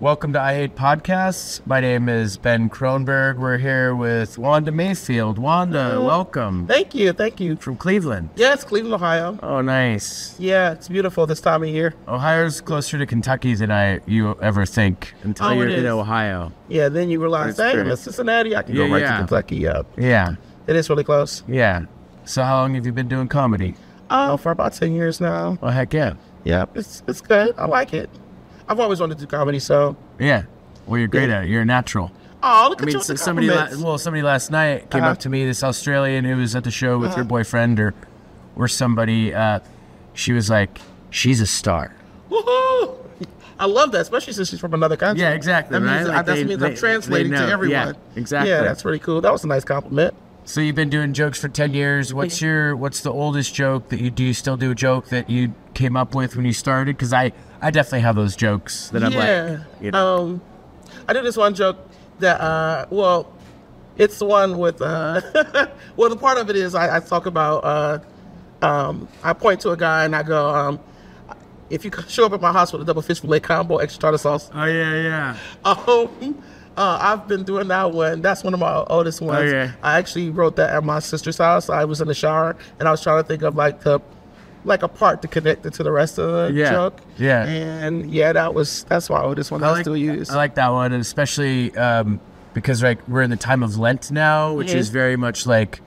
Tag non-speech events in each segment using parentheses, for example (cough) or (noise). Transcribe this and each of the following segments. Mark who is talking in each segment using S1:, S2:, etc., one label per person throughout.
S1: Welcome to I Hate Podcasts. My name is Ben Kronberg. We're here with Wanda Mayfield. Wanda, welcome
S2: Thank you, thank you.
S1: from Cleveland.
S2: Yes, Cleveland, Ohio.
S1: Oh, nice.
S2: Yeah, it's beautiful this time of year.
S1: Ohio's closer to Kentucky than I you ever think until
S2: Oh, it
S1: you're in
S2: is.
S1: Ohio.
S2: Yeah, then you realize,
S1: That's
S2: hey,
S1: true.
S2: I'm in Cincinnati. I can
S1: Yeah,
S2: go right
S1: yeah.
S2: to Kentucky. Yeah,
S1: Yeah,
S2: it is really close.
S1: yeah. So how long have you been doing comedy?
S2: Oh, for about ten years now.
S1: Well, heck yeah,
S2: Yeah, it's it's good. I like it. I've always wanted to do comedy, so
S1: yeah. Well, you're great at it. You're a natural.
S2: oh,
S1: I
S2: look at you
S1: mean,
S2: with
S1: so
S2: the
S1: somebody la-
S2: compliments.
S1: well, somebody last night came
S2: Uh-huh.
S1: up to me, this Australian who was at the show with your
S2: Uh-huh.
S1: boyfriend or, or somebody. Uh, she was like, "She's a star."
S2: Woohoo! I love that, especially since she's from another country.
S1: Yeah, exactly,
S2: That means,
S1: right? Like
S2: that
S1: they-
S2: means
S1: they-
S2: I'm translating
S1: they know.
S2: to
S1: Yeah,
S2: everyone.
S1: exactly.
S2: Yeah, that's pretty cool. That was a nice compliment.
S1: So you've been doing jokes for ten years. What's your What's the oldest joke that you do? You still do a joke that you came up with when you started? Because I I definitely have those jokes that I'm
S2: yeah.
S1: like, you know,
S2: Um, I did this one joke that, uh, well, it's the one with, uh, (laughs) well, the part of it is I, I talk about, uh, um, I point to a guy and I go, um, if you show up at my house with a double fish fillet combo, extra tartar sauce.
S1: oh yeah, yeah.
S2: Um, (laughs) uh, I've been doing that one. That's one of my oldest ones.
S1: yeah.
S2: I actually wrote that at my sister's house. I was in the shower and I was trying to think of like the, like a part to connect it to the rest of the
S1: Yeah.
S2: joke.
S1: Yeah.
S2: And yeah, that was that's my oldest one. I, still use.
S1: I like that one, and especially um, because like we're in the time of Lent now, which
S2: Mhm.
S1: is very much like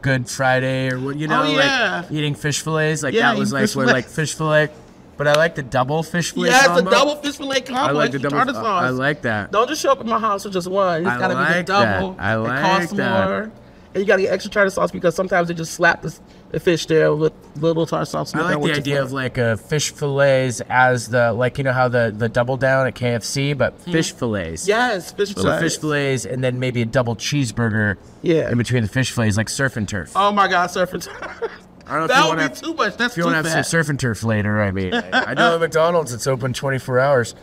S1: Good Friday or what you know,
S2: Oh, yeah.
S1: like eating fish fillets. Like
S2: Yeah,
S1: that was
S2: eating
S1: like
S2: fish
S1: where like
S2: fillets.
S1: fish fillet, but I like the double fish fillet.
S2: yeah, it's a
S1: combo.
S2: double fish fillet combo.
S1: I like the
S2: with
S1: double.
S2: tartar sauce.
S1: I like that.
S2: Don't just show up at my house with just one. It's
S1: I
S2: gotta be the
S1: like that.
S2: double.
S1: I like
S2: it costs
S1: that.
S2: more. And you gotta get extra tartar sauce because sometimes they just slap the, the fish there with little tartar sauce.
S1: I like the idea of like a fish fillets as the like you know how the the double down at KFC, but
S2: Hmm.
S1: fish fillets.
S2: yes, fish
S1: So
S2: fillet.
S1: fish fillets, and then maybe a double cheeseburger.
S2: Yeah.
S1: In between the fish fillets, like surf and turf.
S2: Oh my God, surf and (laughs) turf.
S1: I don't know if
S2: that
S1: you
S2: would be
S1: wanna-
S2: too much. That's
S1: If you
S2: too
S1: want to have
S2: fat.
S1: some surf and turf later, I
S2: (laughs)
S1: mean, I know at McDonald's it's open 24 hours.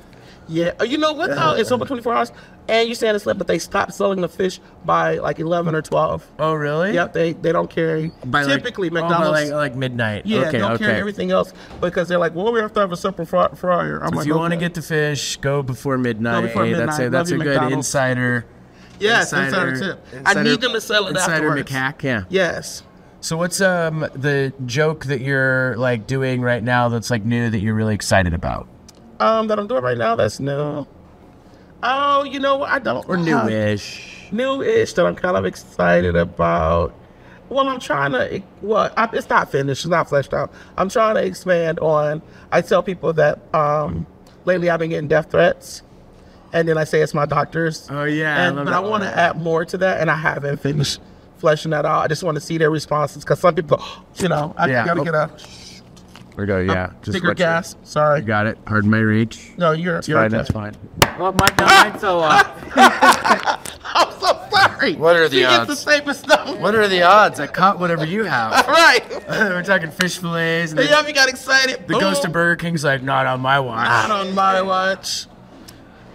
S2: yeah, Oh, you know what? Though it's open 24 hours, and you're saying it's late, but they stopped selling the fish by like 11 or 12.
S1: Oh, really?
S2: Yep, they they don't carry. typically,
S1: like, oh, by like,
S2: McDonald's.
S1: like midnight.
S2: Yeah,
S1: okay,
S2: don't
S1: okay.
S2: carry everything else because they're like, well, we have to have a separate fry- fryer. I'm
S1: If
S2: like,
S1: you want to
S2: okay.
S1: get the fish, go before midnight.
S2: before
S1: Hey, That's
S2: midnight.
S1: a, that's a
S2: Love
S1: good
S2: you, McDonald's.
S1: insider.
S2: yes, insider, tip. I
S1: insider-
S2: need them to sell it
S1: Insider
S2: afterwards.
S1: macaque, yeah.
S2: Yes.
S1: So what's um the joke that you're like doing right now that's like new that you're really excited about
S2: Um, that I'm doing right now. That's new. Oh, you know what? I don't.
S1: or
S2: have-
S1: newish?
S2: New-ish that I'm kind of excited about. Well, I'm trying to. Well, I, it's not finished. It's not fleshed out. I'm trying to expand on. I tell people that um, lately I've been getting death threats, and then I say it's my doctors.
S1: Oh, yeah, I
S2: And,
S1: love
S2: but
S1: that
S2: I want
S1: one.
S2: to add more to that, and I haven't finished fleshing that out. I just want to see their responses because some people, you know, I
S1: Yeah.
S2: gotta get a
S1: Or go, yeah, just
S2: bigger
S1: what you-
S2: gas. Sorry.
S1: I got it. Pardon my reach.
S2: No, you're you're okay.
S1: fine.
S3: Well, my downline's so uh,
S2: I'm so sorry.
S1: What are the
S2: she
S1: odds?
S2: Gets the safest number.
S1: What are Uh, the odds? I caught whatever you (laughs) have.
S2: (laughs) Right.
S1: We're talking fish fillets. And
S2: The
S1: then
S2: yummy got excited.
S1: The ghost
S2: Boom.
S1: of Burger King's like not on my watch.
S2: not on my watch.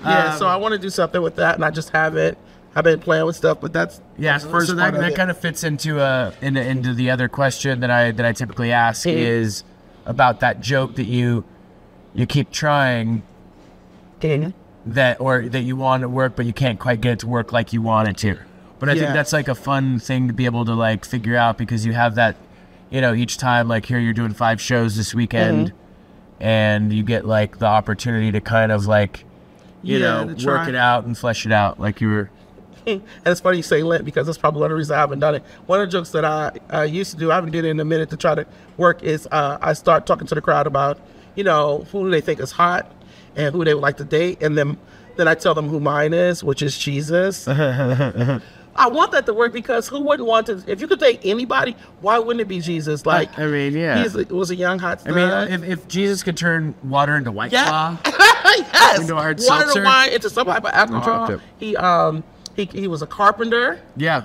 S2: Yeah, so I want to do something with that, and I just haven't. I've been playing with stuff, but that's
S1: Yeah,
S2: that's
S1: so,
S2: the
S1: so that,
S2: part
S1: that
S2: it.
S1: kind of fits into uh into, into the other question that I that I typically ask
S2: Mhm.
S1: is about that joke that you you keep trying that or that you want to work but you can't quite get it to work like you want it to. But I think
S2: Yeah.
S1: that's like a fun thing to be able to like figure out because you have that you know each time like here you're doing five shows this weekend
S2: Mm-hmm.
S1: and you get like the opportunity to kind of like you
S2: Yeah,
S1: know
S2: to
S1: work
S2: try.
S1: it out and flesh it out like you were
S2: and it's funny you say Lent because that's probably one of the reasons I haven't done it. One of the jokes that I uh, used to do, I haven't did it in a minute to try to work is uh, I start talking to the crowd about, you know, who they think is hot and who they would like to date, and then then I tell them who mine is, which
S1: (laughs)
S2: is Jesus. I want that to work because who wouldn't want to? If you could date anybody, why wouldn't it be Jesus? Like,
S1: I mean, yeah.
S2: he's a, was a young hot.
S1: I mean, uh,
S2: stud.
S1: if, if Jesus could turn water into white
S2: Yeah.
S1: claw,
S2: (laughs) yes.
S1: Into hard
S2: Water
S1: seltzer.
S2: wine into some type of
S1: dropped
S2: alcohol.
S1: it.
S2: He um he, he was a carpenter.
S1: yeah,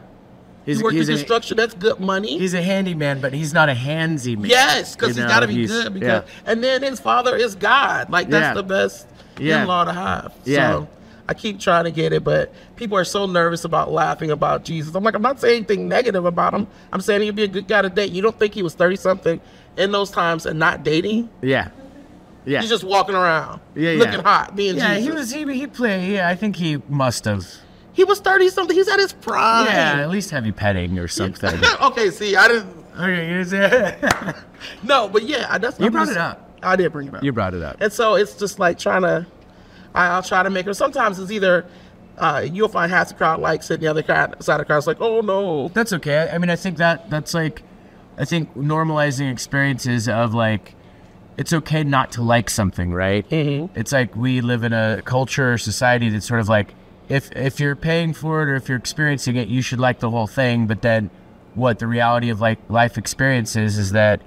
S1: he's,
S2: He worked in
S1: he's, a,
S2: construction. That's good money.
S1: he's a handyman, but he's not a handsy man.
S2: yes, because
S1: You
S2: he's
S1: know,
S2: got to be good. Because and then his father is God. Like that's
S1: Yeah.
S2: the best
S1: Yeah.
S2: in-law to have.
S1: Yeah.
S2: So I keep trying to get it, but people are so nervous about laughing about Jesus. I'm like, I'm not saying anything negative about him. I'm saying he'd be a good guy to date. You don't think he was thirty something in those times and not dating?
S1: yeah, yeah.
S4: Yeah.
S2: He's just walking around,
S4: Yeah, yeah.
S2: looking hot, being
S1: Yeah,
S2: Jesus.
S1: he was. He he played. Yeah, I think he must have.
S2: He was thirty something. He's at his prime.
S1: Yeah,
S2: (laughs)
S1: at least heavy petting or something.
S2: okay, see, I didn't.
S1: (laughs) okay, you, said-
S2: No, but yeah, I- that's
S1: You
S2: I'm
S1: brought
S2: just-
S1: it up.
S2: I did bring it up.
S1: you brought it up.
S2: And so it's just like trying to, I- I'll try to make her. Sometimes it's either uh, you'll find half the crowd likes it, and the other crowd, side of the crowd's like, oh no.
S1: That's okay. I mean, I think that that's like, I think normalizing experiences of like, it's okay not to like something, right? Mm-hmm. It's like we live in a culture or society that's sort of like, if if you're paying for it or if you're experiencing it, you should like the whole thing. But then, what the reality of like life experiences is that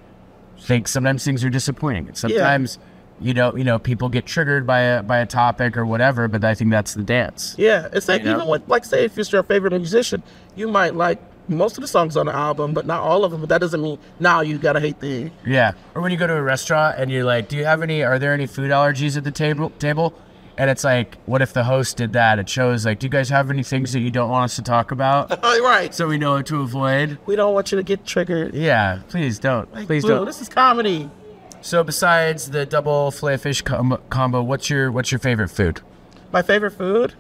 S1: think sometimes things are disappointing. And sometimes, you know, you know, people get triggered by a by a topic or whatever. But I think that's the dance.
S2: Yeah, it's like
S1: You know?
S2: even with, like, say, if it's your favorite musician, you might like most of the songs on the album, but not all of them. But that doesn't mean now you gotta hate the.
S1: Yeah. Or when you go to a restaurant and you're like, "Do you have any? Are there any food allergies at the table?" Table, and it's like, what if the host did that? It shows like, do you guys have any things that you don't want us to talk about,
S2: Oh, right.
S1: so we know what to avoid?
S2: We don't want you to get triggered.
S1: Yeah. Please don't.
S2: Like,
S1: Please
S2: Blue,
S1: don't.
S2: This is comedy.
S1: So besides the double filet fish com- combo, what's your what's your favorite food
S2: My favorite food.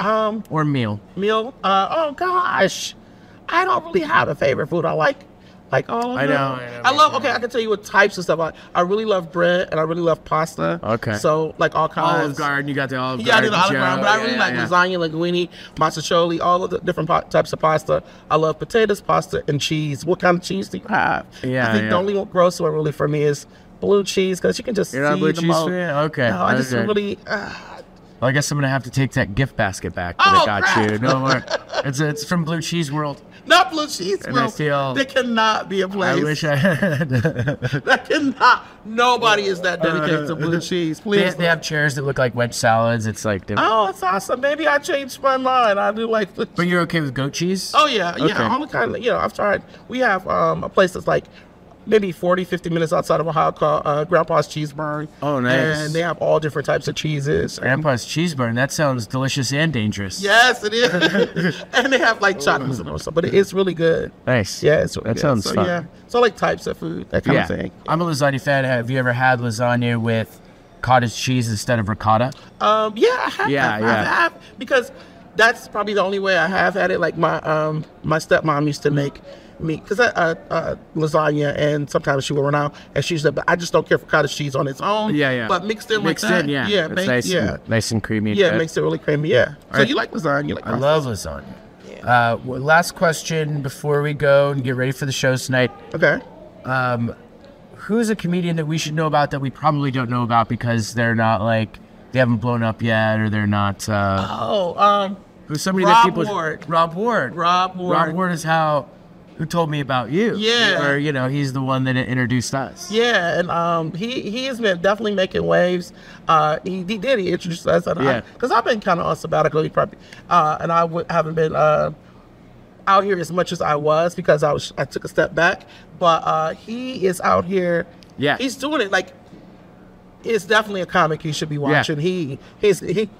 S2: Um,
S1: or meal?
S2: meal. Uh, oh gosh, I don't really have a favorite food. I like like all. Of
S1: I
S2: them.
S1: know, I know.
S2: I love. Okay, I can tell you what types of stuff. I, I really love bread and I really love pasta.
S1: Okay.
S2: So like all kinds.
S1: Olive Garden. You got the Olive
S2: Yeah, I
S1: Garden.
S2: do the olive
S1: Joe.
S2: garden, but I
S1: Yeah,
S2: really
S1: yeah,
S2: like
S1: yeah.
S2: lasagna, linguine, masticholi, all of the different po- types of pasta. I love potatoes, pasta, and cheese. What kind of cheese do you have?
S1: Yeah,
S2: I think
S1: yeah.
S2: the only gross one really for me is blue cheese because you can just
S1: You're not a
S2: see
S1: blue
S2: the
S1: cheese
S2: mold.
S1: fan? Okay,
S2: No, I just
S1: okay.
S2: really. Uh,
S1: Well, I guess I'm gonna have to take that gift basket back that I
S2: Oh,
S1: got
S2: crap.
S1: you. No (laughs) more. It's it's from Blue Cheese World.
S2: not blue cheese.
S1: And I
S2: Well,
S1: feel-
S2: there cannot be a place.
S1: I wish I had.
S2: That cannot. Nobody is that dedicated to blue cheese.
S1: They,
S2: Please.
S1: they have chairs that look like wedge salads. It's like different.
S2: oh, it's awesome. Maybe I changed my mind. I do like blue
S1: But
S2: cheese.
S1: you're okay with goat cheese?
S2: Oh yeah, yeah.
S1: Okay.
S2: All the kind of you know. I've tried. We have um, a place that's like maybe 40, 50 minutes outside of Ohio called uh, Grandpa's Cheese Barn.
S1: Oh, nice.
S2: And they have all different types of cheeses.
S1: Grandpa's cheese burn. That sounds delicious and dangerous.
S2: Yes, it
S1: (laughs)
S2: is. and they have like chocolates and all stuff, but it is really good.
S1: Nice.
S2: Yeah, it's really
S1: Oh. That
S2: good.
S1: sounds
S2: so,
S1: fun.
S2: Yeah. So I like types of food, that kind
S1: Yeah.
S2: of thing.
S1: I'm a lasagna fan. Have you ever had lasagna with cottage cheese instead of ricotta?
S2: Um, yeah, I have.
S4: Yeah,
S2: I
S4: yeah.
S2: have because that's probably the only way I have had it. Like my um my stepmom used to make me because I uh, uh, lasagna and sometimes she would run out and she used to. But I just don't care for cottage cheese on its own.
S4: Yeah, yeah.
S2: But mixed in
S4: Mixed
S2: with that,
S4: in, yeah.
S2: yeah,
S1: It's
S2: make-
S1: nice,
S2: yeah,
S1: and, nice and creamy. and
S2: yeah,
S1: good.
S2: it makes it really creamy. Yeah. So
S1: right.
S2: you like lasagna? You like?
S1: I love lasagna. Uh, w- last question before we go and get ready for the shows tonight.
S2: Okay.
S1: Who's a comedian that we should know about that we probably don't know about because they're not like they haven't blown up yet or they're not. Uh,
S2: Oh, um,
S1: Who's somebody that
S2: Rob
S1: people?
S2: Ward.
S1: Rob Ward.
S2: Rob Ward.
S1: Rob Ward is how who told me about you.
S2: Yeah.
S1: Or you know, he's the one that introduced us.
S2: Yeah, and um, he he has been definitely making waves. Uh, he, he did. He introduced us, and
S4: Yeah.
S2: because I've been kind of on sabbatical, he probably, uh, and I w- haven't been uh, out here as much as I was because I was I took a step back. But uh, he is out here.
S4: Yeah.
S2: he's doing it. Like, it's definitely a comic you should be watching. He he's he.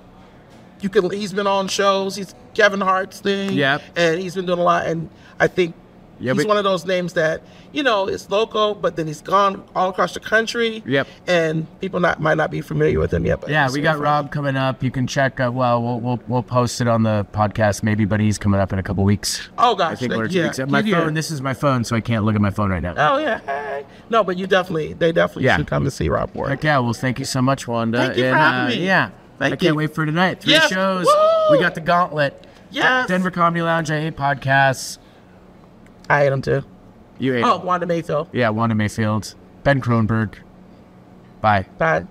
S2: You can. He's been on shows. He's Kevin Hart's thing.
S4: Yep.
S2: and he's been doing a lot. And I think
S4: Yeah,
S2: he's
S4: but-
S2: one of those names that you know is local, but then he's gone all across the country.
S4: Yep.
S2: and people not might not be familiar with him yet. But
S1: Yeah, we got Rob coming up. You can check. Uh, well, we'll we'll we'll post it on the podcast maybe, but he's coming up in a couple weeks.
S2: Oh gosh,
S4: I think
S2: they-
S4: we're
S2: yeah.
S4: except
S1: My
S4: my
S2: yeah.
S1: phone. This is my phone, so I can't look at my phone right now.
S2: Oh yeah, hey. no, but you definitely, they definitely
S4: Yeah.
S2: should come and see Rob Ward.
S1: Heck yeah! Well, thank you so much, Wanda.
S2: Thank you for
S1: And, uh,
S2: having me.
S1: Yeah.
S2: Thank
S1: I can't
S2: you.
S1: wait for tonight. Three
S2: Yes.
S1: shows.
S2: Woo!
S1: We got the gauntlet.
S2: Yes.
S1: Denver Comedy Lounge. I hate podcasts.
S2: I hate him too.
S4: You ate.
S2: Oh, Wanda Mayfield.
S1: Yeah, Wanda Mayfield, Ben Kronberg. Bye.
S2: Bye.